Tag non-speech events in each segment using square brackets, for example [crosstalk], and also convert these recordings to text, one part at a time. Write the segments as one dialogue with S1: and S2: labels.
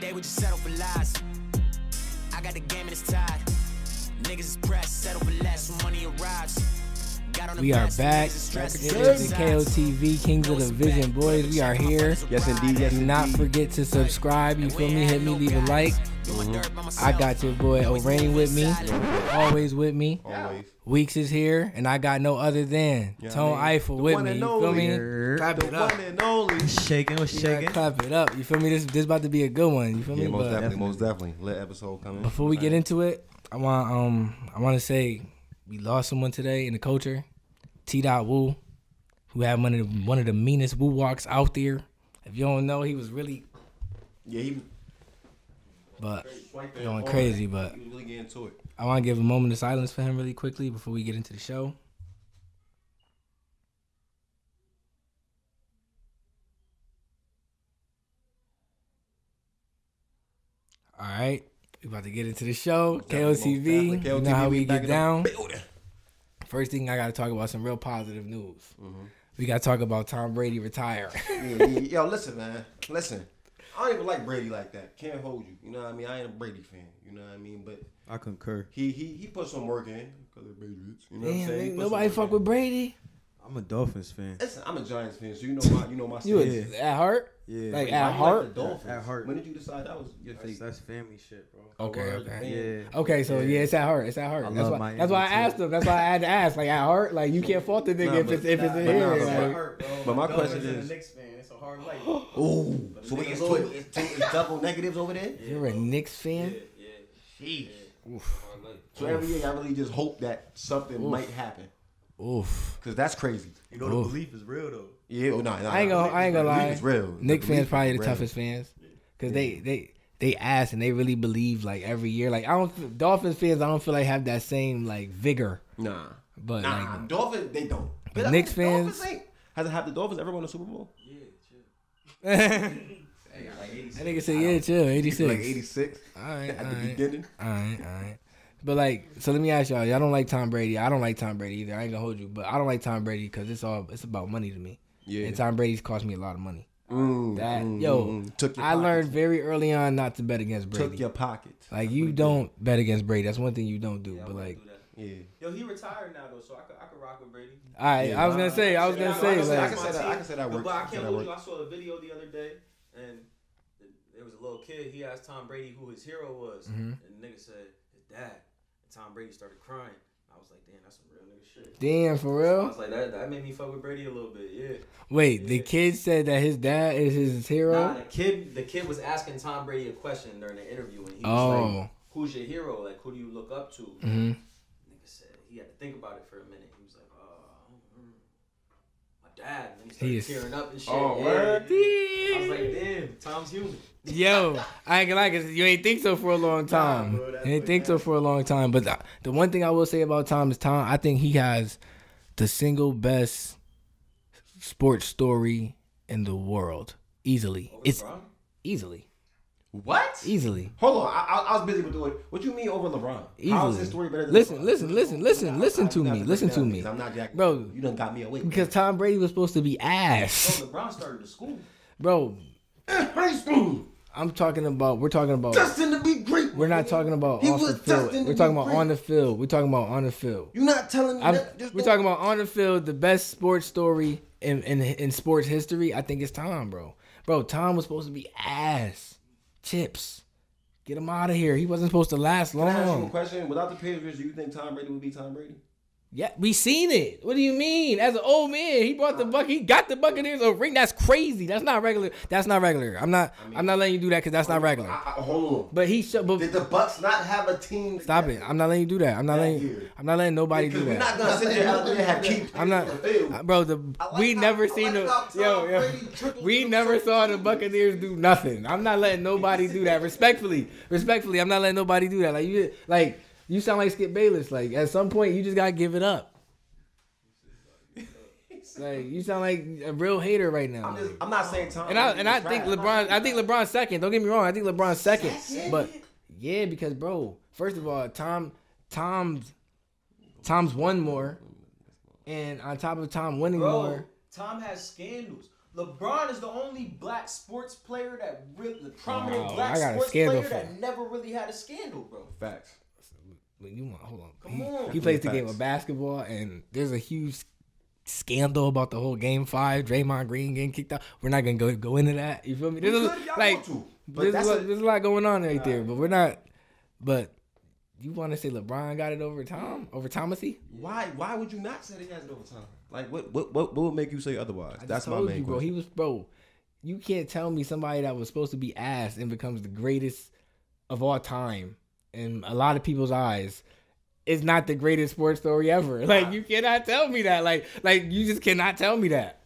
S1: They would just settle for lies. I got the game and it's tied. Niggas is pressed, settle for less when money arrives. Got on the
S2: We are
S1: fast,
S2: back.
S1: niggas is
S2: It
S1: stressed,
S2: is the
S1: niggas is sides.
S2: KOTV Kings of the Vision Boys. We are here.
S3: Yes, indeed. Yes,
S2: Do not
S3: indeed.
S2: forget to subscribe. You feel me? Hit me, leave a like.
S3: Mm-hmm.
S2: Mm-hmm. I got your boy O'Rain with me. Always with me.
S3: Always.
S2: Weeks is here, and I got no other than
S3: Yeah,
S2: Tone
S3: I mean,
S2: Eiffel
S3: the
S2: with
S3: one
S2: me. You
S3: and
S2: feel
S3: only.
S2: me? Clap
S3: The
S2: it up.
S3: one and only.
S4: Shaking, was
S2: You gotta
S4: shaking.
S2: Clap it up. You feel me? This this about to be a good one. You feel me?
S3: Yeah, most
S2: But-
S3: definitely, most definitely. Let episode come in.
S2: Before we get into it, I want um I want to say we lost someone today in the culture, T. Dot Wu, who had one of the, one of the meanest Wu walks out there. If you don't know, he was really
S3: yeah, he
S2: but going crazy. But
S3: he was really getting to it.
S2: I want to give a moment of silence for him really quickly before we get into the show. All right, we about to get into the show.
S3: definitely,
S2: KOTV,
S3: most definitely.
S2: you know how
S3: KOTV,
S2: we
S3: we back
S2: get
S3: it
S2: down.
S3: up.
S2: First thing I got to talk about some real positive news.
S3: Mm-hmm.
S2: We got to talk about Tom Brady retire.
S3: Yeah, yeah, yo, listen, man. Listen. I don't even like Brady like that. Can't hold you. You know what I mean? I ain't a Brady fan. You know what I mean? But
S4: I concur.
S3: he he he put some work in because of Patriots. You know what I'm
S2: Damn,
S3: saying? He
S2: ain't
S3: put some
S2: nobody
S3: work
S2: fuck
S3: in.
S2: with Brady.
S4: I'm a Dolphins fan.
S3: Listen, I'm a Giants fan, so you know my you know my.
S2: You
S3: stance.
S2: was at heart,
S4: Yeah,
S2: like
S3: Why
S2: at
S3: you
S2: heart.
S3: Like the Dolphins?
S4: At heart.
S3: When did you decide that was your
S4: that's,
S3: fate?
S4: that's family shit, bro.
S3: Oh,
S2: okay, okay.
S4: Yeah.
S2: Okay, so yeah. it's at heart. It's at heart.
S4: I
S2: that's
S4: love
S2: why.
S4: Miami
S2: That's why I
S4: too.
S2: asked him. That's why I had to ask. Like at heart, like you can't fault the nigga
S3: Nah,
S2: if
S3: but-
S2: it's if it's in
S3: but nah,
S2: here.
S3: but
S2: like-
S3: But my question is-
S5: Knicks fan. It's a hard life.
S3: Ooh, so
S5: nigga
S3: we it's, two,
S5: loyal.
S3: it's, two, it's double negatives over there.
S2: You're a Knicks fan.
S3: Sheesh. So every year, I really just hope that something might happen
S2: Oof.
S3: because that's crazy.
S4: You know
S2: Ooh.
S4: the belief is real though.
S3: Yeah, oh, nah, nah,
S2: I ain't
S3: nah.
S2: gonna. I ain't gonna
S3: Belief
S2: lie.
S3: is real. The
S2: Knicks
S3: belief
S2: fans
S3: is
S2: probably the
S3: real.
S2: toughest fans because they they they ask and they really believe like every year. Like I don't. feel- Dolphins fans, I don't feel like have that same like vigor.
S3: Nah,
S2: But
S3: nah,
S2: like, [laughs]
S3: Dolphins they don't.
S2: But
S3: I
S2: Knicks
S3: think Dolphins
S2: fans-
S3: ain't- has it happened? The Dolphins ever won a Super Bowl?
S2: that nigga said, yeah, chill, eighty six.
S3: Like eighty six
S2: All right,
S3: at
S2: all
S3: the
S2: right.
S3: beginning.
S2: All right, all right. But like, so let me ask y'all. Y'all don't like Tom Brady. I don't like Tom Brady either. I ain't gonna hold you, but I don't like Tom Brady because it's all it's about money to me.
S3: Yeah.
S2: And Tom Brady's cost me a lot of money.
S3: Mm,
S2: That
S3: mm,
S2: yo,
S3: mm. took your
S2: I
S3: pockets.
S2: learned very early on not to bet against Brady.
S3: Took your pockets.
S2: like you don't bet against Brady. That's one thing you don't do. but like,
S3: Yeah.
S5: Yo, he retired now though, so I could, I could rock with Brady.
S2: all right,
S3: Yeah,
S2: I was gonna say, I was
S5: Yeah,
S2: gonna
S5: I
S2: say,
S5: can
S3: I
S2: like,
S3: can say that. I can say that works.
S5: But I
S3: I can say
S5: can't
S3: that
S5: hold you. I
S3: works.
S5: saw a video the other day, and th- there was a little kid. He asked Tom Brady who his hero was,
S3: Mm-hmm.
S5: and the nigga said his dad. And Tom Brady started crying. I was like, damn, that's some real nigga shit.
S2: damn, for
S5: I
S2: real.
S5: was like, that, that made me fuck with Brady a little bit, yeah.
S2: Wait, the kid said that his dad is his
S5: Nah,
S2: hero.
S5: the kid, the kid was asking Tom Brady a question during the interview, and he was
S2: Oh.
S5: like, "Who's your hero? Like, who do you look up to?"
S2: hmm
S5: Nigga said he had to think about it for a minute. He was like, "Oh, mm, my dad." And then
S2: He
S5: he
S2: is-
S5: started tearing up and shit.
S3: Oh,
S5: yeah.
S3: word?
S5: I was like, "Damn, Tom's human."
S2: Yo, I ain't gonna lie, 'cause you ain't think so for a long time.
S5: bro, that's
S2: you ain't think so for a long time. But the, the one thing I will say about Tom is Tom, I think he has the single best sports story in the world. Easily.
S3: Oh,
S2: it's
S5: LeBron?
S2: easily.
S3: What?
S2: Easily.
S3: Hold on, I, I, I was busy with doing. What you mean over LeBron? How is
S2: Easily.
S3: his story better than
S2: Listen,
S3: LeBron?
S2: listen, listen, listen,
S3: I'm not-
S2: listen
S3: I'm
S2: to
S3: not
S2: me,
S3: break
S2: listen
S3: down
S2: to me.
S3: because I'm not jacking.
S2: Bro.
S3: you done got me awake.
S2: Because Tom Brady was supposed to be
S5: Bro,
S3: Oh.
S2: ass.
S5: LeBron started the school.
S2: Bro,
S3: Princeton
S2: I'm talking about we're talking about
S3: destined to be great.
S2: we're not talking about
S3: He
S2: off the
S3: was
S2: field.
S3: destined to
S2: We're talking
S3: be
S2: about
S3: great.
S2: on the field. We're talking about on the field.
S3: You're not telling me.
S2: I'm,
S3: that, just
S2: we're
S3: don't-
S2: talking about on the field, the best sports story in, in in sports history. I think it's Tom, bro. Bro, Tom was supposed to be ass, chips. Get him out of here. He wasn't supposed to last
S3: Can I ask you a
S2: long.
S3: question? Without the Patriots, do you think Tom Brady would be Tom Brady?
S2: Yeah, we seen it. What do you mean? As an old man, he brought the buck. He got the Buccaneers a ring. That's crazy. That's not regular. That's not regular. I'm not. I am not letting you do that because that's not
S3: I,
S2: regular.
S3: I, hold on.
S2: But he. Should, but
S3: Did the Bucks not have a team?
S2: stop it. I'm not letting you do that. I'm not
S3: That
S2: letting.
S3: year.
S2: I'm not letting nobody
S3: Because
S2: do
S3: we're
S2: that.
S3: not gonna sit there out there and have keep.
S2: I'm not, uh, bro. The we never seen the yo yo. We never saw the Buccaneers do nothing. I'm not letting nobody do that. Respectfully, respectfully, I'm not letting nobody do that. Like you, like you sound like Skip Bayless. Like at some point, you just gotta give it up. Like you sound like a real hater right now.
S3: I'm, just, I'm not saying Tom.
S2: And I
S3: Brady
S2: and I
S3: is
S2: think
S3: trash.
S2: LeBron. I think LeBron's second. Don't get me wrong. I think LeBron's second. But yeah, because bro, first of all, Tom, Tom's, Tom's won more, and on top of Tom winning
S5: Bro,
S2: more,
S5: Tom has scandals. LeBron is the only black sports player that really, the prominent
S2: Wow,
S5: black
S2: I got a
S5: sports
S2: scandal
S5: player
S2: for
S5: that
S2: him.
S5: never really had a scandal, bro.
S3: Facts.
S2: But you want hold on.
S5: Come
S2: he,
S5: on.
S2: he plays the game
S3: Facts.
S2: of basketball, and there's a huge scandal about the whole game five. Draymond Green getting kicked out. We're not gonna go go into that. You feel me? There's
S3: We
S2: a,
S3: could, y'all
S2: like
S3: want to, but
S2: there's,
S3: that's
S2: a, lot-
S3: a-
S2: there's a lot going on right there, but we're not. But you want to say LeBron got it over Tom over Thomasy?
S3: Why? Why would you not say they has it over time? Like, what? What? What, what would make you say otherwise?
S2: I
S3: That's
S2: just
S3: my
S2: told
S3: main
S2: you, bro.
S3: question.
S2: He was bro. You can't tell me somebody that was supposed to be ass and becomes the greatest of all time in a lot of people's eyes is not the greatest sports story ever. [laughs] Like you cannot tell me that. Like like you just cannot tell me that.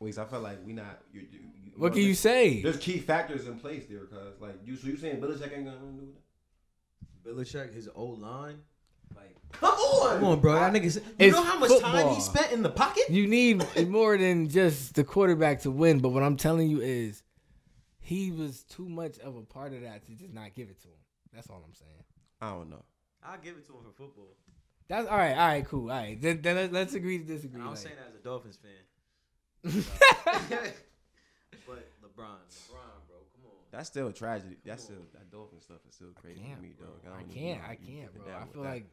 S3: Wait, I felt like we not. You, you, you-
S2: What can
S3: know,
S2: you say?
S3: There's key factors in place there, cause like you. So you saying Belichick ain't gonna do that?
S4: Belichick, his old line.
S5: Like, come on.
S4: Come on, bro. That nigga. said-
S5: You
S2: It's
S5: know how much time
S2: football.
S5: he spent in the pocket?
S2: You need more than just the quarterback to win, but what I'm telling you is he was too much of a part of that to just not give it to him. That's all I'm saying.
S3: I don't know.
S5: I'll give it to him for football.
S2: That's all right. All right, cool. All right. Then, then let's- let's agree to disagree.
S5: And I'm
S2: like-
S5: saying that as a Dolphins
S2: [laughs]
S5: fan. but LeBron, LeBron, bro, come on.
S3: That's still a tragedy. That's still that Dolphin stuff is still crazy
S2: can't,
S3: to me, dog.
S2: I
S3: don't even
S2: can't.
S3: know how
S2: I
S3: you
S2: can't,
S3: get
S2: bro.
S3: down
S2: I
S3: with
S2: feel
S3: that. [laughs]
S2: like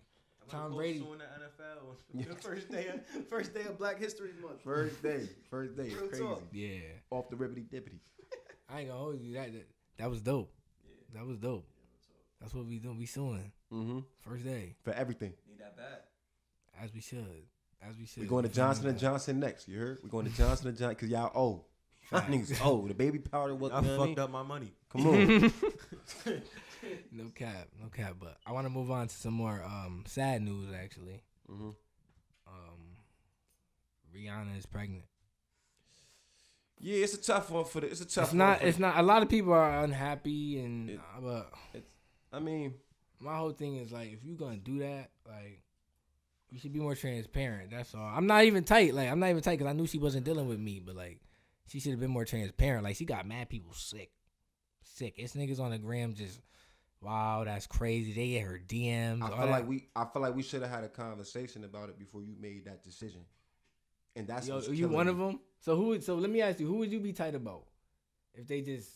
S5: I'm
S2: Tom
S5: gonna
S2: Brady-
S5: go suing
S4: [laughs]
S5: the NFL. the first day, of, first day of Black History Month.
S3: first day, first day,
S5: Real
S3: it's crazy.
S5: talk.
S2: yeah.
S3: Off the ribbity dippity.
S2: I ain't gonna hold you. That that, that was dope. That was dope. That's what we doing. We suing
S3: Mm-hmm.
S2: first day
S3: For everything,
S5: Need that bad.
S2: as we should. As we should.
S3: we're going to
S2: You feel me?
S3: Johnson and Johnson next. You heard? We're going to Johnson and Johnson because y'all old. Y'all niggas old. The baby powder what
S4: I
S3: you know what I
S4: fucked
S3: mean?
S4: up my money.
S2: [laughs]
S3: Come on.
S2: No cap. No cap. But I want to move on to some more um sad news actually.
S3: mm-hmm.
S2: Um, Rihanna is pregnant.
S3: Yeah, it's a tough one for the. It's a tough.
S2: it's
S3: one
S2: not.
S3: for the-
S2: It's not. A lot of people are unhappy and
S3: It-
S2: uh, but
S3: I mean,
S2: my whole thing is like if you're gonna do that, like you should be more transparent. That's all. I'm not even tight. Like I'm not even tight because I knew she wasn't dealing with me, but like she should have been more transparent. Like she got mad people sick, sick. It's niggas on the gram just wow, that's crazy. They at her DMs.
S3: I
S2: all
S3: feel
S2: that.
S3: like we. I feel like we should have had a conversation about it before you made that decision. And that's
S2: Yo,
S3: what's
S2: are you
S3: killing
S2: one
S3: me.
S2: of them? So who? would- So let me ask you, who would you be tight about if they just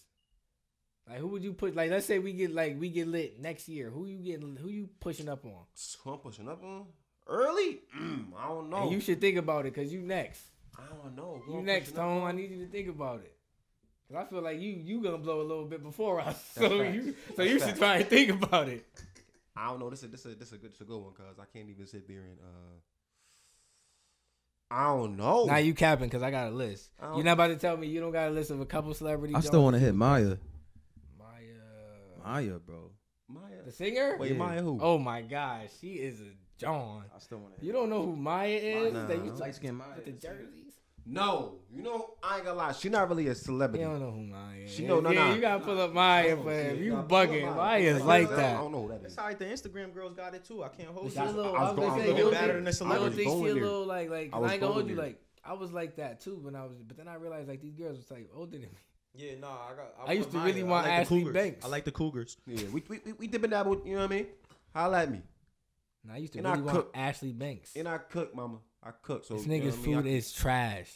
S2: like who would you put? Like let's say we get like we get lit next year. Who you getting? Who you pushing up on?
S3: Who I'm pushing up on early. Mm, I don't know.
S2: And you should think about it because you next.
S3: I don't know. Who
S2: You
S3: I'm
S2: next,
S3: pushing up
S2: Tone.
S3: on?
S2: I need you to think about it. Cause I feel like you you gonna blow a little bit [laughs] before us.
S3: That's
S2: so
S3: facts.
S2: you so
S3: That's
S2: you should
S3: facts.
S2: try and think about it.
S3: I don't know. This is this is this is a good, this a good one because I can't even sit there and uh. I don't know.
S2: Now you capping because I got a list.
S3: I don't-
S2: You're not about to tell me you don't got a list of a couple celebrities.
S4: I still want to hit Maya.
S2: my uh,
S4: Maya, bro.
S3: Maya.
S2: the singer.
S3: Wait,
S4: Yeah.
S3: Maya who?
S2: Oh my gosh, she is a John.
S4: I still want to.
S2: You don't know who Maya is?
S3: Nah,
S2: that you
S3: I don't
S2: talk-
S4: light skin Maya.
S2: with the jerseys.
S3: No, you know I ain't gonna lie. She not really a
S2: You
S3: celebrity.
S2: don't know who Maya is.
S3: She know- no,
S2: yeah,
S3: no.
S2: you gotta pull up Maya
S3: Oh,
S2: for him.
S3: shit.
S2: You
S3: Nah,
S2: bugging.
S3: Maya.
S2: Maya's
S3: Maya.
S2: like
S3: I
S2: that.
S3: don't know who that is.
S5: It's alright. The Instagram girls got it too. I can't hold
S2: She
S5: you.
S2: a
S3: That's-
S2: little,
S3: I
S2: I
S3: was
S2: was
S3: go- I
S2: gonna
S3: was
S2: say,
S3: going
S2: you don't
S3: there.
S2: think-
S5: Better than
S2: I don't
S5: celebrities.
S2: think
S3: Going
S2: she a
S3: there.
S2: little like like.
S3: I
S2: I,
S3: was
S2: I ain't gonna
S3: going
S2: hold you
S3: there.
S2: like. I was like that too when I was, but then I realized like these girls was like older than me.
S5: Yeah, no, I got.
S2: I used to really want
S4: the
S2: Ashley
S4: Cougars.
S2: Banks.
S4: I like the Cougars.
S3: Yeah, we we we, we dip and dabble. You know what I mean? Holla at me.
S2: And I used to
S3: And I
S2: really want
S3: cook.
S2: Ashley Banks.
S3: And I cook, mama. I cook. So
S2: This
S3: you know
S2: nigga's
S3: what I mean? I
S2: food is trash.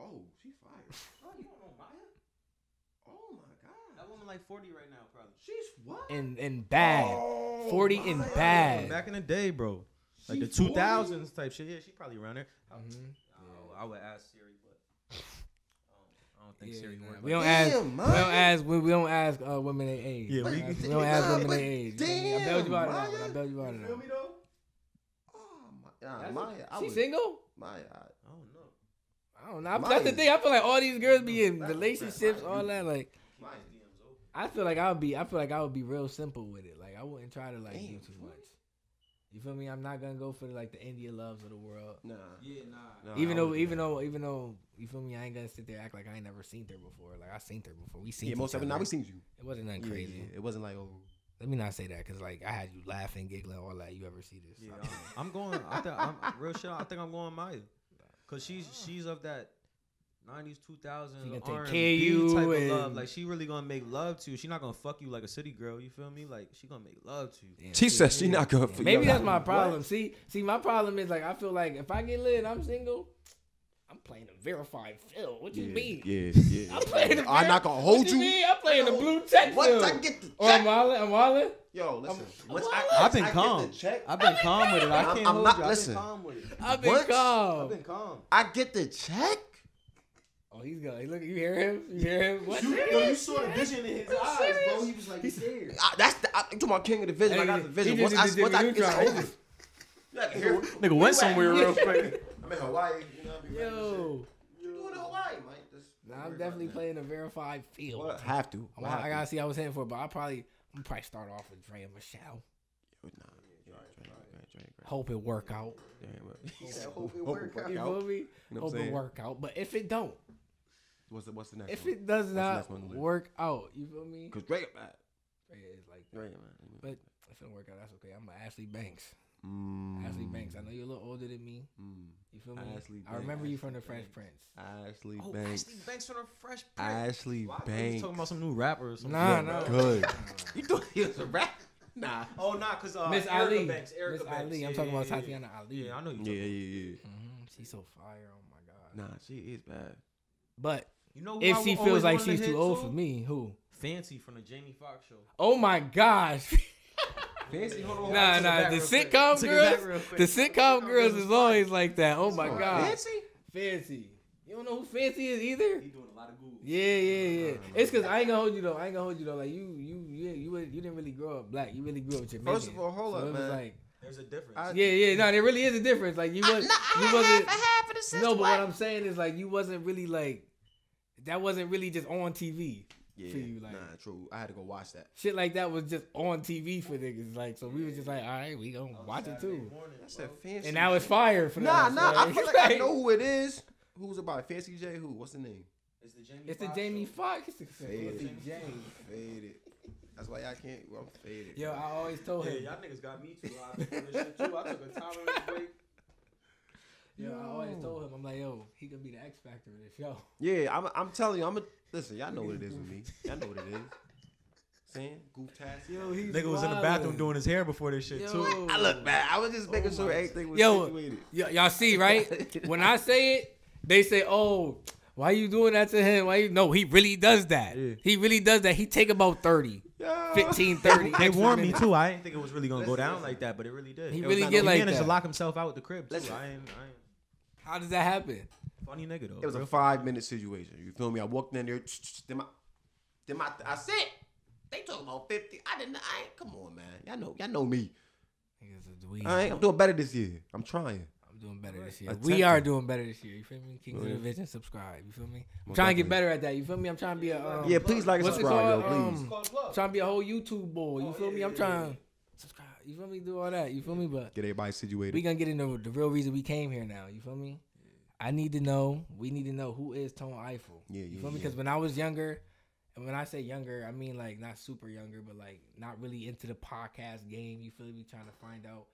S3: Oh, she fired.
S5: Oh, you don't know Maya?
S3: Oh my
S5: That woman like 40 right now, probably.
S3: She's what?
S2: And and bad.
S3: Oh,
S2: 40 and
S3: my.
S2: bad.
S4: Back in the day, bro. Like the
S3: She 40?
S4: 2000s type shit. Yeah, she probably around there.
S2: Mhm.
S5: Oh, I would ask Siri, but I don't think
S2: Yeah,
S5: Siri
S2: nah,
S5: would.
S2: we don't ask.
S3: Damn,
S2: We don't
S3: Maya.
S2: ask. We, we don't ask uh, women their age.
S4: Yeah,
S2: we,
S4: we-
S2: we don't ask
S3: Nah,
S2: women their
S3: but
S2: age. You know what I mean? I
S3: damn,
S2: bailed you out of that.
S3: Maya.
S2: one. I bailed you out of
S5: You
S2: that.
S5: feel
S2: one.
S5: me though?
S3: Oh my. Nah,
S2: That's
S3: Maya.
S2: what-
S3: I
S2: she
S3: would,
S2: single?
S3: Maya. I,
S5: I don't know.
S2: I don't know. I- That's the
S3: Maya.
S2: thing. I feel like all these girls be in
S3: That's-
S2: relationships,
S3: that's
S2: all
S3: Maya.
S2: that. Like,
S3: Maya.
S5: DM's open.
S2: I feel like I would be. I feel like I would be real simple with it. Like, I wouldn't try to like do
S3: Damn,
S2: too
S3: what?
S2: much. You feel me? I'm not gonna go for like the India loves of the world.
S3: Nah.
S5: Yeah, nah.
S3: Nah,
S2: even
S3: I
S2: though,
S3: wouldn't do
S2: even
S3: that.
S2: though, even though, you feel me? I ain't gonna sit there and act like I ain't never seen her before. Like I seen her before. We seen.
S3: Yeah, most of it. Now we seen you.
S2: It wasn't nothing
S3: Yeah,
S2: crazy.
S3: yeah, It wasn't like oh.
S2: Let me not say that because like I had you laughing, giggling, all that. You ever see this?
S4: Yeah,
S2: Stop [laughs]
S4: I'm,
S2: playing.
S4: I'm going. I think I'm real shit. I think I'm going Maya, cause she's she's of that '90s, 2000s
S2: She gonna take
S4: R&B
S2: care of you
S4: type of
S2: and-
S4: love. Like she really gonna make love to you. She not gonna fuck you like a city girl. You feel me? Like she gonna make love to you.
S2: Damn,
S3: She
S2: see,
S3: said she
S2: maybe-
S3: not gonna
S2: yeah,
S3: figure [laughs]
S2: Maybe
S3: out
S2: that's my
S3: what.
S2: problem. See, see, my problem is like I feel like if I get lit, and I'm single. I'm playing a verified Phil. What you
S6: Yeah,
S2: mean?
S6: yeah, yeah.
S2: I'm playing. A
S6: I'm not gonna hold
S2: what
S6: you.
S2: mean? I'm playing the blue check Phil.
S3: Once I get the
S2: or Oh, I'm
S3: check,
S2: wildin', I'm wildin'.
S3: yo, listen.
S2: I'm-
S3: Once
S2: I'm-
S3: I,
S4: I've been
S3: I
S4: calm.
S3: Get the check,
S4: I've been calm with it. I
S3: I'm-
S4: can't
S3: I'm
S4: hold
S3: not-
S4: you. I've
S3: listen.
S4: been calm with it.
S2: I've been
S3: What?
S4: I've
S2: calm.
S4: been calm.
S3: I get the check.
S2: Oh, he's gonna look. You hear him? You hear him? What?
S5: You, yo, you saw the vision in his eyes, bro. He was like scared.
S3: I, Ah, that's the, I, I'm talking about king of the vision. I got the vision.
S2: He
S3: Once
S2: just
S3: I,
S2: did the
S3: once I, it's
S2: neutron.
S3: over. You out here.
S6: Nigga went somewhere real quick.
S3: [laughs] I'm in Hawaii. You know what I mean?
S2: Yo,
S3: You doing in Hawaii, Mike? Just
S2: nah,
S3: don't worry
S2: I'm
S3: about
S2: definitely
S3: that.
S2: playing a verified Phil.
S3: Well, have to.
S2: I'm- I gotta see how I was heading for, it, but I probably, I'm probably start off with Dre and Michelle. Hope it work out.
S3: [laughs] Hope it
S6: work
S3: work
S2: You
S3: out.
S2: feel me?
S3: know what I'm
S2: Hope it
S3: saying?
S2: work out. But if it don't,
S3: What's the what's the next
S2: if
S3: one?
S2: it does
S3: the
S2: not
S3: next one to do?
S2: work out, you feel me?
S3: Cause Drake, man.
S2: Dre is like, that.
S3: Drake,
S2: but
S3: man.
S2: if it don't work out, that's okay. I'm a Ashley Banks.
S3: Mm,
S2: Ashley Banks. I know you're a little older than me.
S3: Mm,
S2: You feel me?
S3: Ashley
S2: I remember
S3: Banks,
S2: you from the
S3: Ashley
S2: French
S3: Banks.
S2: Prince.
S3: Ashley
S4: Oh,
S3: Banks.
S4: Ashley Banks from the Fresh Prince.
S3: Ashley
S4: Why?
S3: Banks.
S4: He's talking about some new rapper or something.
S2: Nah, nah. [laughs]
S3: Good. you thought he was a rap? Nah.
S5: Oh, nah, cause uh,
S2: Miss
S5: Erica
S2: Ali.
S5: Banks, Erica
S2: Miss
S5: Banks.
S2: Ali. I'm
S5: Yeah,
S2: talking about
S5: yeah, yeah.
S2: Tatiana Ali.
S4: Yeah, I know you.
S3: Yeah, yeah, yeah.
S2: hmm She's so fire. Oh my god.
S3: Nah, she is bad.
S2: But
S4: You know who
S2: if
S4: I
S2: she
S4: always
S2: feels like
S4: wanted to
S2: she's
S4: hit
S2: too old for me, who?
S4: Fancy from the Jamie Foxx show.
S2: Oh my gosh.
S3: Fancy, hold on.
S2: nah, nah. The sitcom
S4: Took it back
S2: girls.
S4: real
S2: The
S4: quick.
S2: sitcom girls is always like that. Oh my god.
S3: Fancy?
S2: Fancy. You don't know who Fancy is either.
S5: He doing a lot of good.
S2: Yeah, yeah, yeah. It's cause I ain't gonna hold you though. I ain't gonna hold you though. Like you, you, yeah, you, you, you didn't really grow up black. You really grew up Jamaican.
S3: First of all, hold
S2: so
S3: up,
S2: it was
S3: man.
S2: Like,
S5: There's a difference.
S3: I-
S2: yeah, yeah. No, there really is a difference. Like you was, you wasn't.
S3: half of the
S2: No, but what I'm saying is like you wasn't really like that wasn't really just on TV.
S3: yeah,
S2: for you, like-
S3: nah, true. I had to go watch that.
S2: Shit like that was just on TV for niggas. Like so we was just like, all right, we gonna watch it too.
S3: That's that fancy.
S2: And now it's fire for
S3: Oh, Nah,
S2: us,
S3: nah. I
S2: like- [laughs]
S3: feel like I know who it is. Who's about Fancy J? Who? What's the name?
S5: It's the Jamie.
S2: It's the
S5: Foxx
S2: Jamie
S5: show.
S2: Foxx.
S3: Faded. Faded. That's why I can't. I'm faded.
S2: Yo, I always told
S5: Yeah,
S2: him.
S5: y'all niggas got me too. I, was doing this shit too. I took a tolerance break.
S2: Yo, I always told him. I'm like, yo, he gonna be the X Factor in this show. [laughs]
S3: Yeah, I'm. I'm telling you. I'm a. Listen, y'all know what it is with me. Y'all know what it is. Saying goof task. Yo, he.
S4: Nigga was in the bathroom doing his hair before this shit too.
S2: Yo.
S3: I look bad. I was just making sure everything was
S2: Oh Yo.
S3: situated.
S2: Y- y'all see, right? when I say it, they say, "Oh, why you doing that to him? Why you?" No, he really does that.
S4: Yeah.
S2: He really does that. He take about 30,
S3: Yo.
S2: 15, 30.
S4: They
S2: extra
S4: warned me
S2: minutes.
S4: too. I didn't think it was really gonna go
S3: Listen,
S4: down
S3: listen.
S4: like that, but it really did.
S2: He
S4: It was
S2: really
S4: not-
S2: get like
S4: managed
S2: that.
S4: to lock himself out the crib too.
S3: Listen.
S4: I ain't, I ain't
S2: How does that happen?
S4: funny nigga though.
S3: It was
S4: bro.
S3: a five minute situation. You feel me? I walked in there. Then my, then my, I said, they talking about fifty. I didn't. I ain't. Come on, man. Y'all know. Y'all know me.
S2: Niggas are dweebs.
S3: All right. I'm doing better this year. I'm trying.
S2: I'm doing better this year.
S3: Attempt
S2: We are
S3: it.
S2: doing better this year. You feel me? Kings of
S3: yeah.
S2: the Vision, subscribe. You feel me? I'm
S3: Most
S2: trying to get
S3: definitely.
S2: better at that. You feel me? I'm trying to be a um,
S3: Yeah, please like and
S2: what's it
S3: subscribe, yo.
S2: called?
S3: Please.
S2: Um,
S5: Called love.
S2: trying to be a whole YouTube boy. You
S5: Oh,
S2: feel
S5: yeah,
S2: me? I'm
S5: yeah,
S2: trying subscribe. You feel me? Do all that. You feel me? But
S3: Get everybody situated.
S2: we gonna get into the real reason we came here now. You feel me? I need to know. We need to know who is Tone Eiffel.
S3: Yeah,
S2: you
S3: yeah,
S2: feel me?
S3: yeah.
S2: Because when I was younger, and when I say younger, I mean like not super younger, but like not really into the podcast game. You feel me? Trying to find out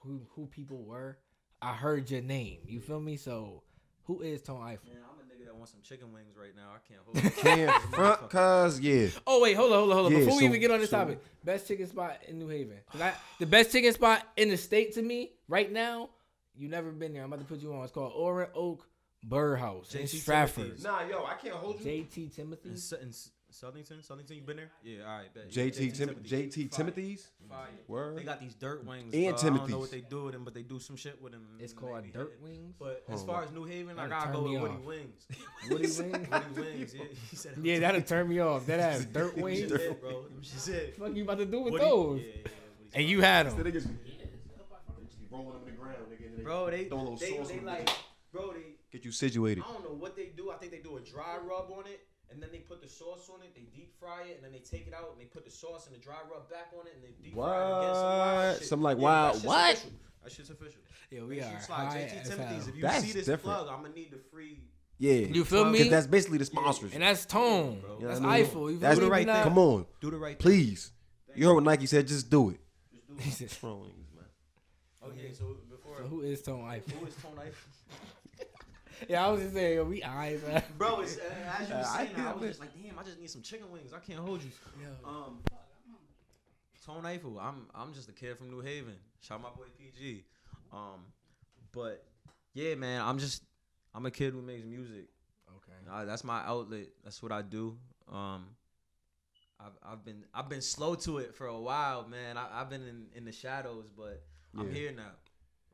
S2: who who people were. I heard your name. You feel me? So who is Tone Eiffel?
S5: [laughs] Man, I'm a nigga that wants some chicken wings right now. I can't hold it.
S2: [laughs]
S3: Can't front, cause yeah.
S2: Oh wait, hold on, hold on, hold on.
S3: Yeah,
S2: Before we
S3: so-
S2: even get on this
S3: so-
S2: topic, best chicken spot in New Haven. 'Cause I- the best chicken spot in the state to me right now. You never been there. I'm about to put you on. It's called Oran Oak Burr House in
S4: JT
S2: Stratford.
S4: Timothy's.
S3: Nah, yo, I can't hold
S2: JT Timothy.
S4: In, Su- in S- Southington, Southington, you been there? Yeah, all right. Bet.
S3: JT Tim-
S4: Timothy's.
S3: JT
S4: Fire.
S3: Timothy's
S5: Fire. They
S3: word.
S4: got these dirt wings.
S5: uh,
S3: And
S4: And Timothy. I don't
S3: Timothy's.
S4: know what they do with them, but they do some shit with them.
S2: It's
S4: and
S2: called
S4: they be
S2: Dirt
S4: hitting.
S2: wings.
S4: But
S3: Hold
S4: as
S3: on,
S4: far
S3: what?
S4: as New Haven, I
S2: That'll
S4: gotta
S2: turn
S4: go
S2: me
S4: with Woody
S2: off. [laughs]
S4: Wings.
S2: Woody
S4: [laughs]
S2: wings.
S4: Woody Wings, yeah. He said
S2: [laughs] yeah, that'll turn me off. That ass dirt
S4: Them
S2: wings.
S4: shit's it, bro. Them shit's
S2: [laughs]
S4: it.
S2: Fuck you about to do with
S4: Woody-
S2: those?
S4: yeah, yeah, yeah, Woody's
S2: And you had them.
S3: niggas rolling on the ground, nigga. They
S5: Bro, they,
S3: throw a little
S5: they,
S3: sauce
S5: they
S3: on
S5: like,
S3: it.
S5: bro, they,
S3: Get you situated.
S5: I don't know what they do. I think they do a dry rub on it, and then they put the sauce on it. They deep fry it, and then they take it out, and they put the sauce and the dry rub back on it, and they deep fry it again. Some
S3: What?
S5: wild shit.
S3: Some like
S5: Yeah,
S3: wild-
S5: that shit's
S3: what?
S5: Official. That shit's official.
S2: Yeah,
S5: Make
S2: we
S5: sure
S2: are
S5: you slide
S2: high
S5: JT
S2: as
S5: Timothy's.
S2: hell.
S5: If you
S3: That's
S5: see this
S3: different.
S5: plug, I'm gonna need the free.
S3: Yeah.
S2: You feel me?
S3: Cause that's basically the sponsors.
S2: And that's tone.
S5: Bro.
S3: You know
S2: that's
S3: what I mean?
S2: Eiffel. You
S3: That's
S2: feel me?
S4: right
S2: Not-
S4: there.
S3: Come on,
S4: Do the right thing.
S3: please. You heard what Nike said? Just do it.
S5: Just do it.
S2: So
S5: [laughs] Okay, so before
S2: who is Tone Eiffel? [laughs]
S5: who is Tone Eiffel?
S2: Yeah, I was just saying, yo, we eyes.
S5: [laughs] Bro, it's, uh, as you were
S3: Uh, I
S5: saying, that, I
S3: feel
S5: was
S3: it.
S5: just like, damn, I just need some chicken wings. I can't hold you.
S2: Yo.
S5: Um, Tone Eiffel, I'm I'm just a kid from New Haven. Shout my boy PG. Um, but yeah, man, I'm just I'm a kid who makes music.
S2: Okay.
S5: Uh, that's my outlet. That's what I do. Um, I've, I've been I've been slow to it for a while, man. I, I've been in, in the shadows, but I'm
S3: Yeah.
S5: here now.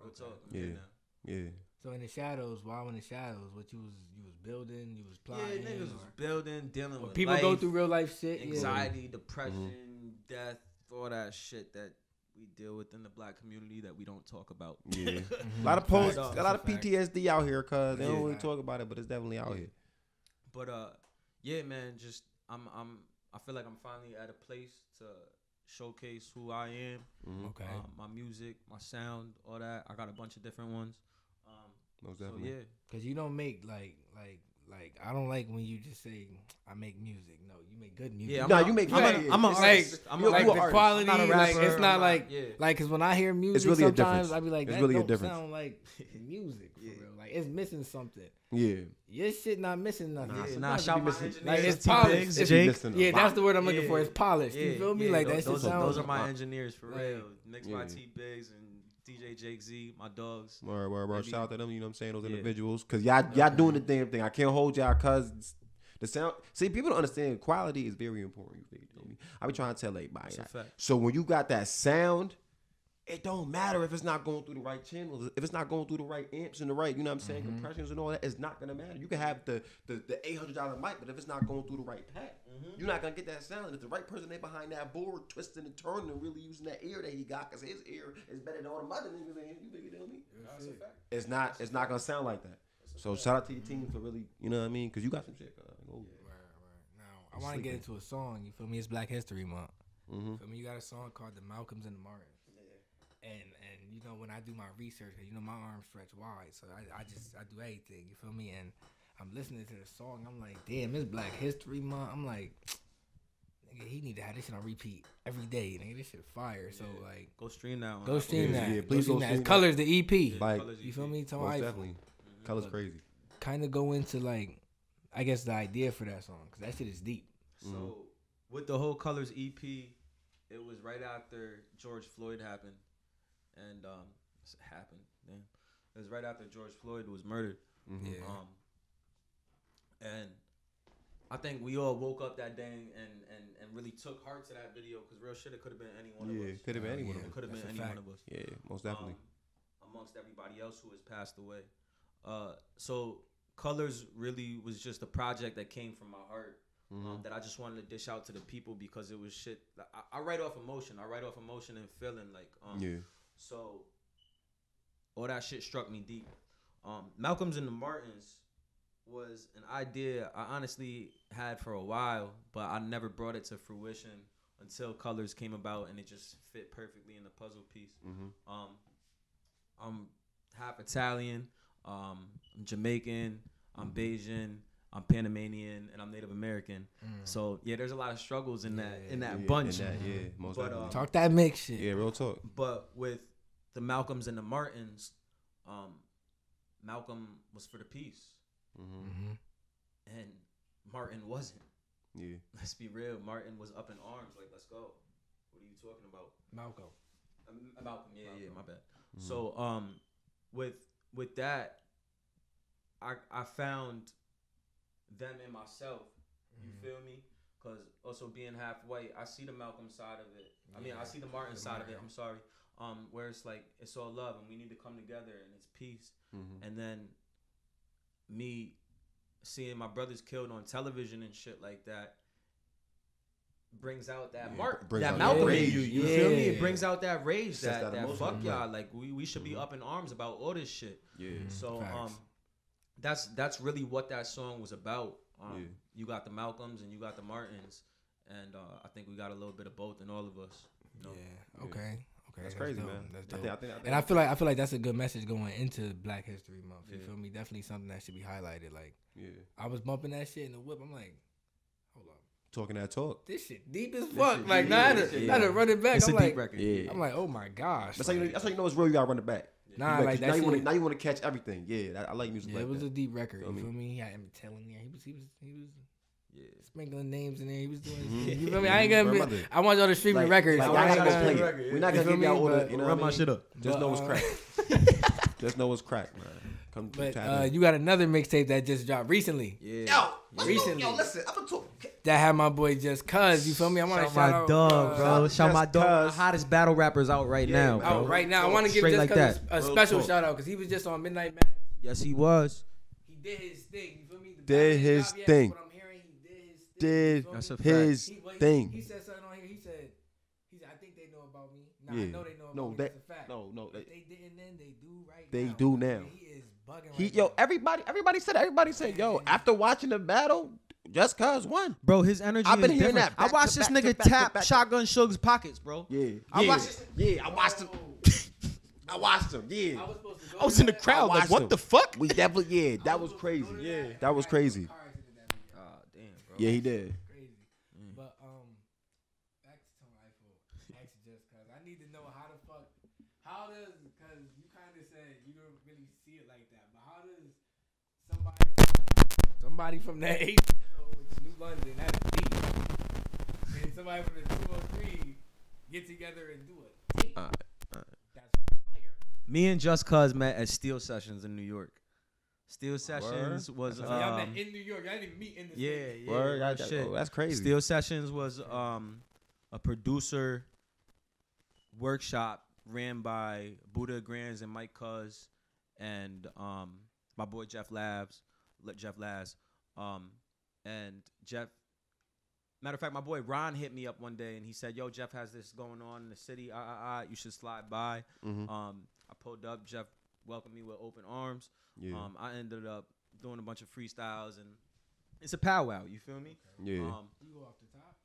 S5: Real talk. I'm
S3: Yeah.
S5: here now.
S3: Yeah.
S2: So in the shadows, while in the shadows, what you was you was building, you was
S5: Yeah,
S2: plotting.
S5: niggas was
S2: or-
S5: building, dealing
S2: or
S5: with
S2: people go
S5: life,
S2: through real life shit. Yeah.
S3: Mm-hmm.
S5: anxiety, depression, death, all that shit that we deal with in the black community that we don't talk about. [laughs]
S3: Yeah. A lot of posts,
S5: Facts.
S3: a lot of PTSD out here, cause they
S2: Yeah.
S3: don't really talk about it, but it's definitely out here.
S5: But uh, yeah, man, just I'm I'm I feel like I'm finally at a place to showcase who I am,
S3: Mm-hmm.
S2: Okay.
S5: uh, my music, my sound, all that. I got a bunch of different ones. Um,
S3: Most
S5: so
S3: definitely.
S5: yeah,
S2: Cause you don't make like like like I don't like when you just say I make music. No, you make good music.
S5: yeah. I'm
S3: Nah,
S5: a-
S3: you make-
S5: I'm
S2: yeah,
S5: a, I'm a
S2: it's
S5: artist. I'm a
S2: like
S3: you
S2: the
S3: an artist.
S2: quality,
S5: I'm not a
S2: like
S5: rapper,
S2: it's not
S5: I'm
S2: like
S5: yeah.
S2: like because when I hear music,
S3: really a
S2: sometimes
S3: difference.
S2: I be like,
S3: It's
S2: that
S3: really a
S2: don't
S3: difference.
S2: sound like [laughs] music for real. Like it's missing something.
S3: Yeah.
S2: Your shit not missing nothing.
S5: Yeah,
S2: It's
S5: nah,
S2: not
S5: shout
S2: be
S5: my
S2: missing-
S5: engineer,
S2: Like it's
S5: T Biggs,
S2: polished. It's-
S5: Jake.
S3: Listen to
S2: Yeah,
S3: a
S2: that's
S3: lot.
S2: the word I'm looking
S5: Yeah.
S2: for. It's polished.
S5: Yeah,
S2: you feel me?
S5: yeah,
S2: like
S5: tho-
S2: that shit
S5: those, are,
S2: sounds.
S5: those are my
S3: Wow.
S5: engineers for
S2: Right.
S5: real. Next by
S3: Yeah.
S5: T Biggs and DJ Jake Z, my dogs.
S3: Word, word, word.
S5: Maybe-
S3: Shout out to them, you know what I'm saying, those
S5: Yeah.
S3: individuals. Cause y'all y'all doing the damn thing. I can't hold y'all cause the sound see people don't understand quality is very important. You feel me? I be trying to tell everybody.
S5: It's a
S3: that.
S5: fact.
S3: So when you got that sound, it don't matter if it's not going through the right channels, if it's not going through the right amps and the right, you know what I'm saying,
S5: Mm-hmm.
S3: compressions and all that, it's not gonna matter. You can have the the, the eight hundred dollar mic, but if it's not going through the right pack,
S5: Mm-hmm.
S3: you're not gonna get that sound. If the right person ain't behind that board, twisting and turning and really using that ear that he got, cause his ear is better than all the other niggas in here. You figure me? It's not it's not gonna sound like that. So shout out to your team for really, you know what I mean, cause you got some shit. uh, go.
S2: Now, I want to get into a song. You feel me? It's Black History Month.
S5: Mm-hmm.
S2: Feel me? You got a song called "The Malcolms and the Martins." And and you know when I do my research, 'cause you know my arms stretch wide, so I, I just I do everything. You feel me? And I'm listening to the song. I'm like, damn, it's Black History Month. I'm like, nigga, he need to have this shit on repeat every day. Nigga, this shit fire. So like,
S5: Go stream that one.
S2: go stream
S3: yeah,
S2: that.
S3: yeah,
S2: please
S3: please
S2: go stream
S3: go
S2: that. It's
S3: stream that.
S2: Colors the EP.
S3: Like
S5: Colours
S2: you
S5: EP.
S2: feel me? Tell
S3: most
S2: I
S3: definitely,
S5: Mm-hmm.
S3: colors crazy.
S2: kind of go into like, I guess the idea for that song because that shit is deep.
S5: So with the whole Colors EP, it was right after George Floyd happened, and um, s- happened. Damn, it was right after George Floyd was murdered.
S2: Yeah.
S5: Um, and I think we all woke up that day and and, and really took heart to that video because real shit, it could have been any one of
S3: Yeah,
S5: us.
S3: could have been
S2: Oh,
S3: anyone.
S2: yeah.
S5: It could have been
S2: That's a
S5: any
S2: fact.
S5: one of us.
S3: Yeah, most definitely.
S5: um, amongst everybody else who has passed away. Uh, so colors really was just a project that came from my heart
S3: Mm-hmm.
S5: um, that I just wanted to dish out to the people because it was shit. like, I, I write off emotion. I write off emotion and feeling like um,
S3: yeah.
S5: so all that shit struck me deep. Um, Malcolm's and the Martins was an idea I honestly had for a while, but I never brought it to fruition until Colors came about and it just fit perfectly in the puzzle piece. Um, I'm half Italian, um, I'm Jamaican, I'm Bayesian, I'm Panamanian, and I'm Native American. So yeah, there's a lot of struggles in that in that
S3: Mm. yeah,
S5: bunch.
S3: in that, yeah, most
S5: But,
S3: definitely.
S5: um,
S2: Talk that mix shit.
S3: yeah, real talk.
S5: But with the Malcolms and the Martins, um, Malcolm was for the peace,
S3: Mm-hmm.
S5: and Martin wasn't. [laughs]
S3: Yeah,
S5: Let's be real. Martin was up in arms, like, "Let's go." What are you talking about?
S2: Malcolm.
S3: Mm-hmm.
S5: Um, Malcolm. Yeah, yeah, my bad. So, um, with with that, I I found them in myself. You
S3: Mm-hmm.
S5: feel me? Because also being half white, I see the Malcolm side of it. I mean, I see the Martin side of it. I'm sorry. Um, where it's like it's all love and we need to come together and it's peace.
S3: Mm-hmm.
S5: And then me seeing my brothers killed on television and shit like that brings out that
S3: Mm-hmm. Yeah,
S5: mark
S3: brings
S5: that
S3: out that
S5: Malcolm in
S3: rage.
S5: you. You feel me? It
S2: Yeah.
S5: brings out that rage,
S3: Sets
S5: that that,
S3: that emotion
S5: fuck
S3: up.
S5: y'all. Like we, we should be up in arms about all this shit.
S3: yeah,
S5: So
S2: Facts.
S5: um, that's that's really what that song was about. Um,
S3: Yeah.
S5: You got the Malcolms and you got the Martins, and uh, I think we got a little bit of both in all of us. You know?
S2: Yeah. Okay. Okay.
S3: that's crazy,
S2: dope.
S3: man.
S2: That's
S3: I
S2: dope.
S3: think, I think, I think,
S2: and I feel like I feel like that's a good message going into Black History Month. You feel me? Definitely something that should be highlighted. Like
S3: yeah,
S2: I was bumping that shit in the whip. I'm like, hold up,
S3: talking that talk.
S2: this shit deep as fuck. Like
S3: yeah,
S2: now I had
S3: this
S2: to-
S3: shit,
S2: now I had to
S5: yeah.
S2: run it back.
S5: It's
S2: I'm
S5: a
S2: like,
S5: deep record.
S3: Yeah,
S2: I'm like, oh my gosh.
S3: that's how you know,
S2: like,
S3: that's how you know it's real. You gotta run it back.
S2: nah,
S3: You
S2: like
S3: like, now
S2: that
S3: you want
S2: shit.
S3: to now you want to catch everything. Yeah, that, I like music
S2: Yeah, it
S3: like
S2: was
S3: that.
S2: a deep record.
S3: I
S2: You
S3: mean-
S2: feel me? He had him telling there. He was he was he was
S5: Yeah.
S2: sprinkling names in there. He was doing.
S3: [laughs]
S2: his thing. You feel me? I ain't gonna.
S3: Remember
S2: Be,
S3: that.
S2: I want y'all to stream the
S3: Like-
S2: records. I
S3: Like, y'all
S2: want
S3: gotta
S2: y'all
S3: go
S2: to-
S3: play.
S5: record, yeah.
S3: We're not gonna
S2: You
S3: give
S2: feel
S3: y'all
S2: me?
S3: all the.
S2: But-
S3: You know what
S5: Run
S3: I
S5: my
S3: mean?
S5: shit up.
S3: Just
S2: But,
S3: [laughs] know it's
S2: uh,
S3: crack. Just know it's crack, man. Come
S2: But
S3: tap
S2: uh,
S3: in.
S2: you got another mixtape that just dropped recently
S4: Yeah.
S3: Yo, let's do-
S2: Recently.
S3: yo, listen, I'm gonna talk.
S2: that had my boy Just Cuz. You feel me? I want
S4: Shout
S2: to shout,
S4: my
S2: out
S4: dog,
S2: uh,
S4: bro.
S3: shout-
S4: Shout my
S3: just
S4: dog. The
S3: cuz.
S4: hottest battle rappers out right
S3: Yeah,
S4: now,
S3: man.
S4: bro.
S2: Out right now, I want to give
S4: Straight
S2: Just
S4: like
S2: Cuz
S4: that.
S2: a
S4: Real
S2: special
S4: talk.
S2: shout out because he was just on Midnight Madness.
S4: Yes, he was.
S2: He did his thing. You feel me? The
S3: Did
S2: battle
S3: his
S2: job, yeah,
S3: thing.
S2: What I'm hearing, he did his thing.
S3: Did
S2: you
S4: That's
S2: feel
S4: a
S2: me?
S3: his
S2: He, well, he- He
S3: thing.
S2: said something on here. He said, he said, I think they know about me. Nah,
S3: Yeah.
S2: I know they know about
S3: No,
S2: me.
S3: that-
S2: That's a fact.
S3: no, no,
S2: If
S3: that-
S2: they didn't then, they do right
S3: They
S2: now.
S3: do now.
S2: He is bugging
S3: He
S2: right
S3: yo,
S2: now.
S3: everybody, everybody said, everybody said, yo, after watching the battle, just cause won.
S4: Bro, his energy
S3: I've been
S4: is
S3: hearing
S4: different.
S3: that back
S4: I watched
S3: to
S4: this
S3: back to
S4: nigga
S3: back to
S4: tap
S3: back to-
S4: Shotgun Shug's pockets, bro.
S3: Yeah,
S4: I
S3: yeah.
S4: watched this-
S3: Yeah, I watched [laughs] him. I watched him. Yeah,
S2: I was supposed to go
S7: I was in the
S2: to that-
S3: I
S7: crowd, like,
S3: watched
S7: what
S3: him.
S7: the fuck?
S3: we definitely. Yeah,
S2: I
S3: that
S2: supposed
S3: was
S2: to go
S3: crazy.
S2: to
S3: Yeah,
S2: that
S3: that was
S2: car
S3: crazy.
S2: accident that weekend.
S4: Oh, damn, bro.
S3: Yeah, he did.
S2: crazy. But um, back to Tom Eiffel. Ask just cause I need to know how the fuck, how does cause you kind of said you don't really see it like that, but how does somebody somebody from that eight which New London that's deep, and somebody from the two hundred three get together and do it?
S4: Alright,
S2: That's
S4: Me and Just Cuz met at Steel Sessions in New York. Steel Sessions was
S2: so y'all met
S4: um,
S2: in New York. Y'all didn't meet in the
S4: yeah,
S2: States.
S4: yeah,
S3: Word,
S4: real
S3: I-
S4: shit.
S3: oh, that's crazy.
S4: Steel Sessions was um a producer workshop ran by Buddha Grands and Mike Cuz and um my boy Jeff Labs, Le- Jeff Labs, um and Jeff. Matter of fact, my boy Ron hit me up one day and he said, "Yo, Jeff has this going on in the city. Ah, ah, ah, you should slide by."
S3: Mhm.
S4: Um, I pulled up. Jeff welcomed me with open arms.
S3: Yeah,
S4: Um, I ended up doing a bunch of freestyles and it's a powwow. You feel me?
S3: yeah.
S4: Um,
S2: You go off the top.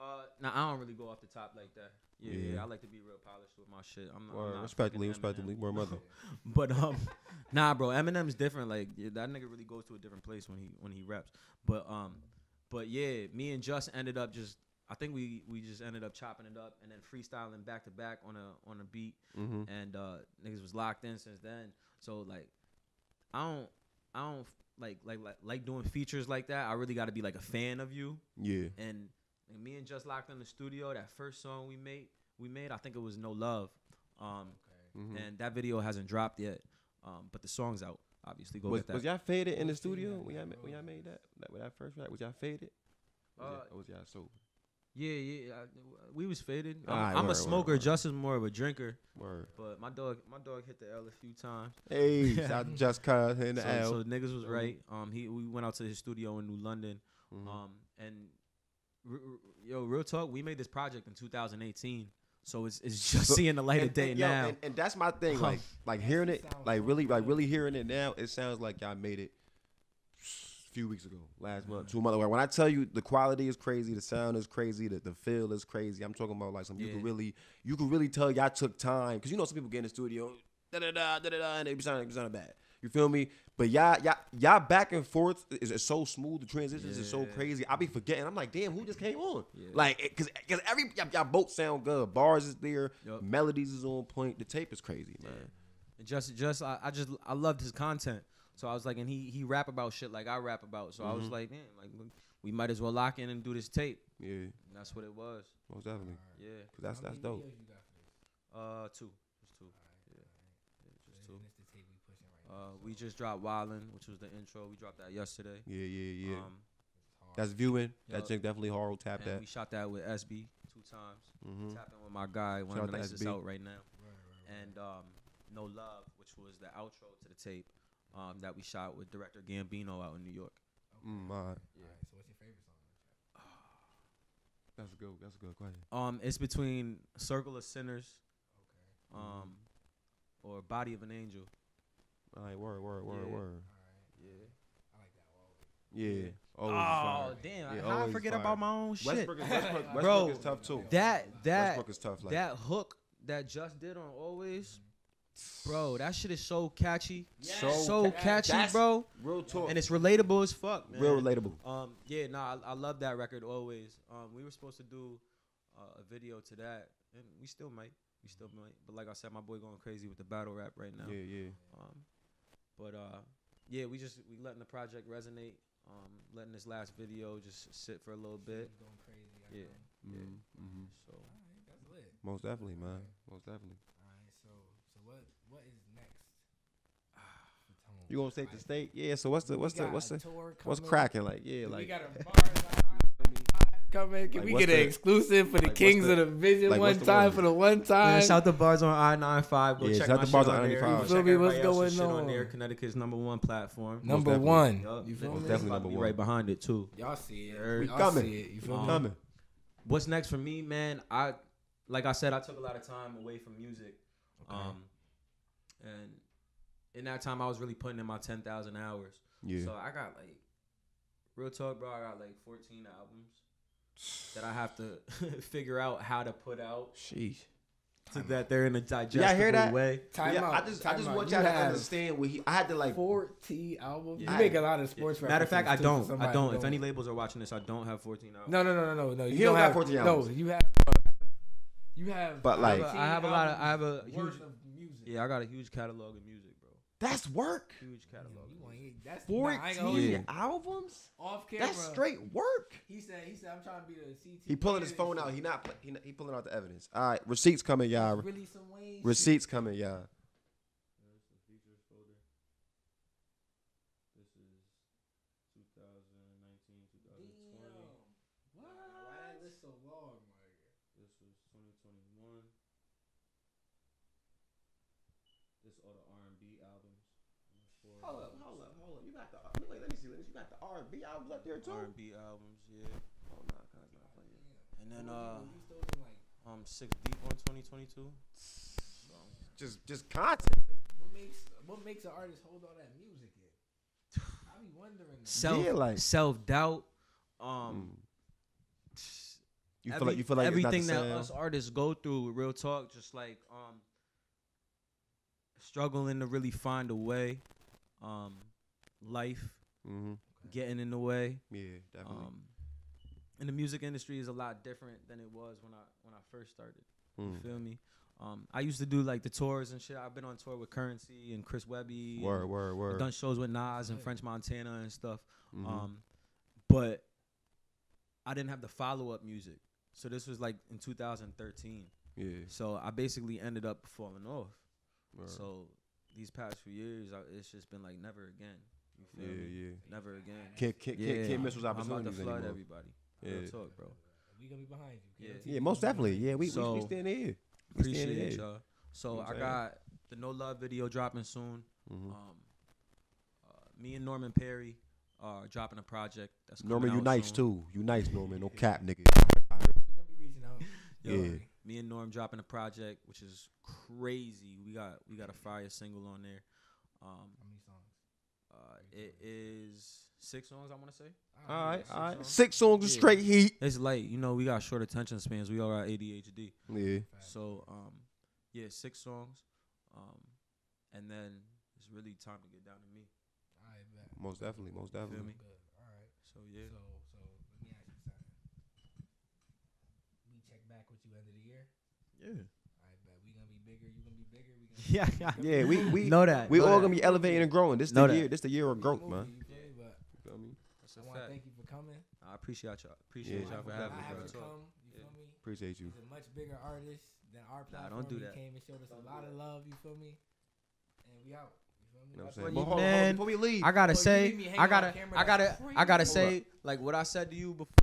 S4: uh, now I don't really go off the top like that. Yeah, yeah.
S3: Yeah.
S4: I like to be real polished with my shit. I'm, not- I'm
S3: Word,
S4: not
S3: respectfully,
S4: fucking
S3: respectfully,
S4: Eminem. [laughs]
S3: word mother.
S4: But um, nah, bro, Eminem's different. Like yeah, that nigga really goes to a different place when he when he raps. But um, but yeah, me and Just ended up just. I think we we just ended up chopping it up and then freestyling back to back on a on a beat
S3: Mhm.
S4: and uh niggas was locked in since then. So like I don't I don't like like like, like doing features like that. I really got to be like a fan of you
S3: Yeah,
S4: and like, me and just locked in the studio that first song we made we made i think it was no love um
S3: Mhm.
S4: and that video hasn't dropped yet um but the song's out obviously go
S3: was,
S4: get that
S3: was y'all faded in the studio when y'all ma- when y'all made that that, when that first track? Was y'all faded? Was,
S4: Uh,
S3: y'all, or was y'all sober?
S4: yeah yeah I, we was faded i'm,
S3: Alright,
S4: I'm
S3: Ah, word,
S4: a
S3: word,
S4: smoker
S3: word.
S4: Justin's more of a drinker
S3: Word.
S4: but my dog my dog hit the l a few times [laughs]
S3: Hey, shout out to just cause in the
S4: so,
S3: L.
S4: so niggas was right um he we went out to his studio in new london
S3: Mhm.
S4: um and r- r- yo real talk we made this project in 2018 so it's, it's [laughs] just
S3: So-
S4: seeing the light
S3: and,
S4: of day
S3: and, yo,
S4: now
S3: and, and that's my thing.
S4: Um,
S3: Like, like hearing it,
S2: sounds
S3: like really, like really hearing it now. It sounds like y'all made it a few weeks ago, last month, two months ago. When I tell you the quality is crazy, the sound is crazy, the, the feel is crazy. I'm talking about like some you
S4: Yeah.
S3: can really, you can really tell y'all took time because you know some people get in the studio, da da da da da, da, and they be sounding, they be sounding bad. You feel me? But y'all, y'all, y'all back and forth is, is so smooth. The transitions is so
S4: Yeah.
S3: crazy. I be forgetting. I'm like, damn, who just came on?
S4: Yeah.
S3: Like, it- cause, cause every y'all, y'all both sound good. Bars is there.
S4: Yup.
S3: Melodies is on point. The tape is crazy, man.
S4: And just just I, I just I loved his content. So I was like, and he he rap about shit like I rap about. So I was like, damn, like we- we might as well lock in and do this tape.
S3: Yeah,
S4: And that's what it was.
S3: most definitely.
S4: Yeah.
S3: Cause that's that's
S2: How many
S3: dope.
S2: videos you got for this?
S4: Uh, two. Just two. Yeah. Yeah, just two.
S2: This the tape we pushing right
S4: Uh,
S2: now.
S4: we just dropped Wildin', which was the intro. We dropped that yesterday.
S3: Yeah, yeah, yeah.
S4: Um,
S3: that's viewing.
S4: Yup.
S3: That chick definitely hard tap
S4: and
S3: that.
S4: we shot that with SB two times.
S3: Mhm.
S4: Tapping with my guy, one
S3: Shout
S4: of the
S3: out to
S4: nicest
S3: SB.
S4: out right now. And um, No Love, which was the outro to the tape um, that we shot with director Gambino out in New York.
S3: Mm, my,
S2: Alright, so what's your favorite song?
S3: that's a good. That's a good question.
S4: Um, it's between Circle of Sinners, um, or Body of an Angel.
S3: All right, word, word, word,
S4: Yeah.
S3: word.
S4: Yeah.
S3: Yeah.
S4: Oh,
S3: Always fire.
S4: damn!
S3: Yeah,
S4: How I
S3: always
S4: forget
S3: fire.
S4: about my own shit.
S3: Westbrook, is, Westbrook, Westbrook
S4: Bro,
S3: is tough too.
S4: That that
S3: Westbrook is tough. Like
S4: that hook that just did on Always, bro. That shit is so catchy,
S3: So
S4: so catchy,
S3: That's
S4: bro.
S3: real talk.
S4: And it's relatable as fuck, man.
S3: real relatable.
S4: Um, yeah, nah, I, I love that record always. Um, we were supposed to do uh, a video to that, and we still might, we still might. But like I said, my boy going crazy with the battle rap right now.
S3: Yeah, yeah.
S4: Um, but uh, yeah, we just we letting the project resonate. Um, letting this last video just sit for a little bit.
S2: It's going crazy. I
S4: Yeah.
S2: know.
S4: Yeah.
S3: Mhm, mhm.
S4: So
S2: Alright, that's lit.
S3: Most definitely, man. Most definitely.
S2: Alright, so so what what is next? for Tone
S3: You gonna take the steak? Yeah. So what's the what's the
S2: Ah. got
S3: what's
S2: a
S3: the
S2: tour
S3: what's
S2: coming.
S3: cracking? Like yeah,
S2: we
S3: like
S2: got
S3: [laughs]
S2: a bar coming. Can
S3: Like,
S2: we
S3: what's
S2: get an
S3: the-
S2: exclusive for the
S3: like, what's
S2: Kings
S3: the-
S2: of the Vision
S3: like, what's
S2: one
S3: the
S2: time
S3: word?
S2: for the one
S4: Yeah,
S2: time?
S4: shout the bars on I ninety five. Go
S3: Yeah,
S4: check
S3: shout
S4: my
S3: the bars
S4: shit
S3: on
S4: on there. Go
S3: I-95. Feel
S4: check
S2: me, what's
S4: everybody else's
S2: going
S4: shit
S2: on?
S4: on there. Connecticut's number one platform.
S2: number
S3: definitely.
S2: one.
S4: Yup,
S2: You feel
S4: niggas
S2: me?
S3: definitely
S4: about to
S3: number
S4: be
S3: one.
S4: right behind it too.
S2: Y'all see it.
S4: Heard. We
S2: We coming.
S3: coming.
S2: See it. You feel
S4: Um,
S2: me?
S3: coming.
S4: What's next for me, man? I like I said, I took a lot of time away from music, um, and in that time, I was really putting in my ten thousand hours.
S3: Yeah.
S4: So I got like, real talk, bro. I got like fourteen albums that I have to [laughs] figure out how to put out
S3: Sheesh.
S4: so that they're in a digestible
S3: Y'all hear that?
S4: way.
S2: Time
S3: yeah,
S2: out.
S3: I just I
S2: time
S3: just
S2: out.
S3: want
S2: You
S3: y'all to
S2: have
S3: understand what he. I had to like.
S2: 14 albums. You
S4: Yeah.
S2: make a lot of sports
S4: Matter of fact, I
S2: references, too, for
S4: don't.
S2: somebody
S4: I don't.
S2: who
S4: If any labels are watching this, I don't have fourteen albums.
S2: No, no, no, no, no, no. You,
S3: don't got
S2: have
S3: 14
S2: No,
S3: albums.
S2: you have. You have.
S3: But, like-
S4: I have a lot of. I have a huge.
S2: worth of music.
S4: Yeah, I got a huge catalog of music, bro.
S3: That's work.
S4: Huge catalog. of
S2: You
S4: music.
S2: ain't- That's nah, I ain't gonna hold you.
S3: Fourteen yeah. albums.
S2: off camera.
S3: That's straight work.
S2: [laughs] He said. He said. I'm trying to be the CT.
S3: He pulling his phone out. He not. pl- He, not- he pulling out the evidence. All right, receipts coming, y'all.
S2: Really some Wayne. shit.
S3: Receipts coming, y'all.
S2: Damn. What? This so long, like.
S4: This was 2021. This all the R&B albums.
S3: Hold up, hold up, hold up. You got the. I mean, like, let me see. Let me see. You got the R and B albums up there too.
S4: R&B albums, yeah.
S3: Oh, nah, cuz not playing.
S4: And then
S2: Damn.
S4: uh,
S2: You still in, like.
S4: um, Six Deep on 2022.
S3: Just just content.
S2: What makes What makes an artist hold all that music? In? I be wondering.
S3: [laughs]
S2: that.
S4: Self,
S3: Yeah, like-
S4: self doubt.
S3: Mm.
S4: Um,
S3: You
S4: every-
S3: feel like you feel like
S4: everything
S3: it's not the
S4: that us
S3: same.
S4: artists go through. Real talk, just like um, struggling to really find a way. Um, life
S3: mm-hmm.
S4: getting in the way.
S3: Yeah, definitely.
S4: Um, and the music industry is a lot different than it was when I when I first started. You
S3: Mm.
S4: feel me? Um, I used to do like the tours and shit. I've been on tour with Currency and Chris Webby.
S3: Word,
S4: and
S3: word, word.
S4: Done shows with Nas and
S2: Right.
S4: French Montana and stuff.
S3: Mhm.
S4: Um, but I didn't have the follow up music. So this was like in 2013.
S3: yeah.
S4: So I basically ended up falling off.
S3: word.
S4: So these past few years, I, it's just been like never again. You
S3: yeah,
S4: feel me?
S3: yeah.
S4: Never again.
S3: Can't can't, can't, can't miss those
S4: I'm about
S3: opportunities
S4: to flood
S3: anymore.
S4: everybody.
S3: Yeah.
S4: Real talk, bro.
S2: We gonna be behind you.
S4: Yeah.
S2: guarantee.
S3: Yeah, most definitely. Yeah, we we, we
S4: So,
S3: stand here. We stand
S4: Appreciate
S3: here.
S4: y'all. So
S3: what I'm
S4: I
S3: saying?
S4: got the No Love video dropping soon.
S3: Mhm.
S4: Um, uh, me and Norman Perry are dropping a project that's coming
S3: Norman, you
S4: out
S3: nice
S4: soon.
S3: too. You nice, Norman. No cap, nigga.
S2: We gonna be reaching out.
S4: Yo,
S3: Yeah.
S4: Me and Norm dropping a project, which is crazy. We got we got a fire single on there. Um,
S2: How many songs?
S4: uh, it is six songs. I want to say
S3: All right, all right.
S4: songs.
S3: Six songs of
S4: Yeah.
S3: straight heat.
S4: it's late. You know, we got short attention spans. We all got ADHD.
S3: Yeah.
S4: So um, yeah, six songs, um, and then it's really time to get down to me.
S2: All right, bet.
S3: Most definitely, most definitely.
S4: me?
S2: Good. All right.
S4: So yeah.
S2: So, so let me ask you something. We check back with you end of the year.
S4: Yeah.
S2: I bet we gonna be bigger. You gonna be bigger. We
S4: Yeah,
S2: gonna
S3: Yeah, we we
S4: know that.
S3: we
S4: know
S3: all
S4: that.
S3: gonna be elevating and growing. This
S4: Know
S3: the
S4: that.
S3: year. This the year of growth,
S2: Movie,
S3: man.
S2: you feel me? But
S3: You feel me?
S4: That's
S2: I
S4: a
S2: want to
S4: fact.
S2: thank you for coming.
S4: I appreciate y'all. Appreciate
S3: Yeah.
S4: y'all for
S2: I
S4: having me.
S2: have
S4: bro.
S2: to come. You
S4: Yeah.
S2: feel me?
S3: Appreciate you.
S2: He's a much bigger artist than our
S4: Nah,
S2: platform.
S4: don't do
S2: He
S4: that.
S2: came and showed us a lot of love. You feel me? And we out. You feel me?
S3: You know what I'm
S2: That's
S3: saying?
S4: what
S3: But
S4: you
S3: hold- hold-
S4: meant.
S3: before we leave,
S4: I gotta
S2: Well, you
S4: say,
S2: leave me hanging
S4: I
S2: on
S4: gotta,
S2: camera,
S4: I gotta,
S2: that's
S4: I gotta
S2: crazy.
S4: say, like what I said to you before.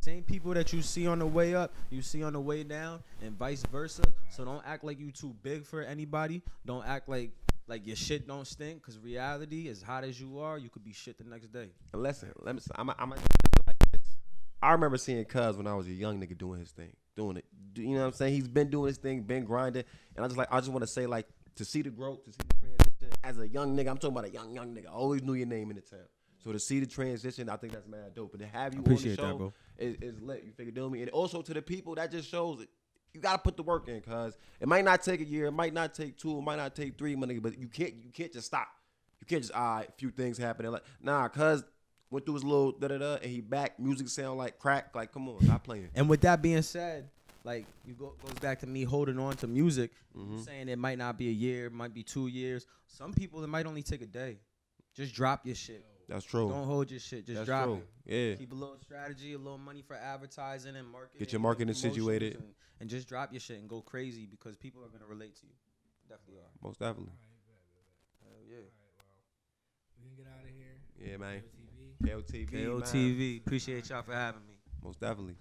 S4: Same people that you see on the way up, you see on the way down, and vice versa. So don't act like you too big for anybody. Don't act like like your shit don't stink, cause reality, as hot as you are, you could be shit the next day.
S3: Listen, let me. I'm. I'm like this. I remember seeing Cuz when I was a young nigga doing his thing, doing it. Do- You know what I'm saying? He's been doing his thing, been grinding, and I just like. I just want to say like to see the growth, to see the transition. As a young nigga, I'm talking about a young young nigga. I always knew your name in the town. So to see the transition, I think that's mad dope. And to have you
S4: Appreciate
S3: on
S4: that,
S3: the show
S4: bro.
S3: Is, is lit. You figure, do me? And also to the people, that just shows it. You gotta put the work in, cause it might not take a year, it might not take two, it might not take three, my nigga. But you can't, you can't just stop. You can't just ah, a few things happening. Like nah, cause went through his little da da da, and he back. Music sound like crack. Like come on, stop playing.
S4: And with that being said, like you go goes back to me holding on to music,
S3: Mm-hmm.
S4: saying it might not be a year, it might be two years. Some people it might only take a day. Just drop your shit.
S3: That's true.
S4: Don't hold your shit. Just
S3: That's
S4: drop
S3: true.
S4: it.
S3: Yeah.
S4: Keep a little strategy, a little money for advertising and marketing.
S3: Get your
S4: and
S3: marketing
S4: promotions
S3: situated.
S4: And, and just drop your shit and go crazy because people are gonna relate to you. Definitely are.
S3: Most definitely.
S4: Hell yeah.
S2: get out of here.
S3: Yeah, man.
S2: TV.
S3: KOTV. man.
S4: KOTV. Appreciate y'all for having me.
S3: Most definitely.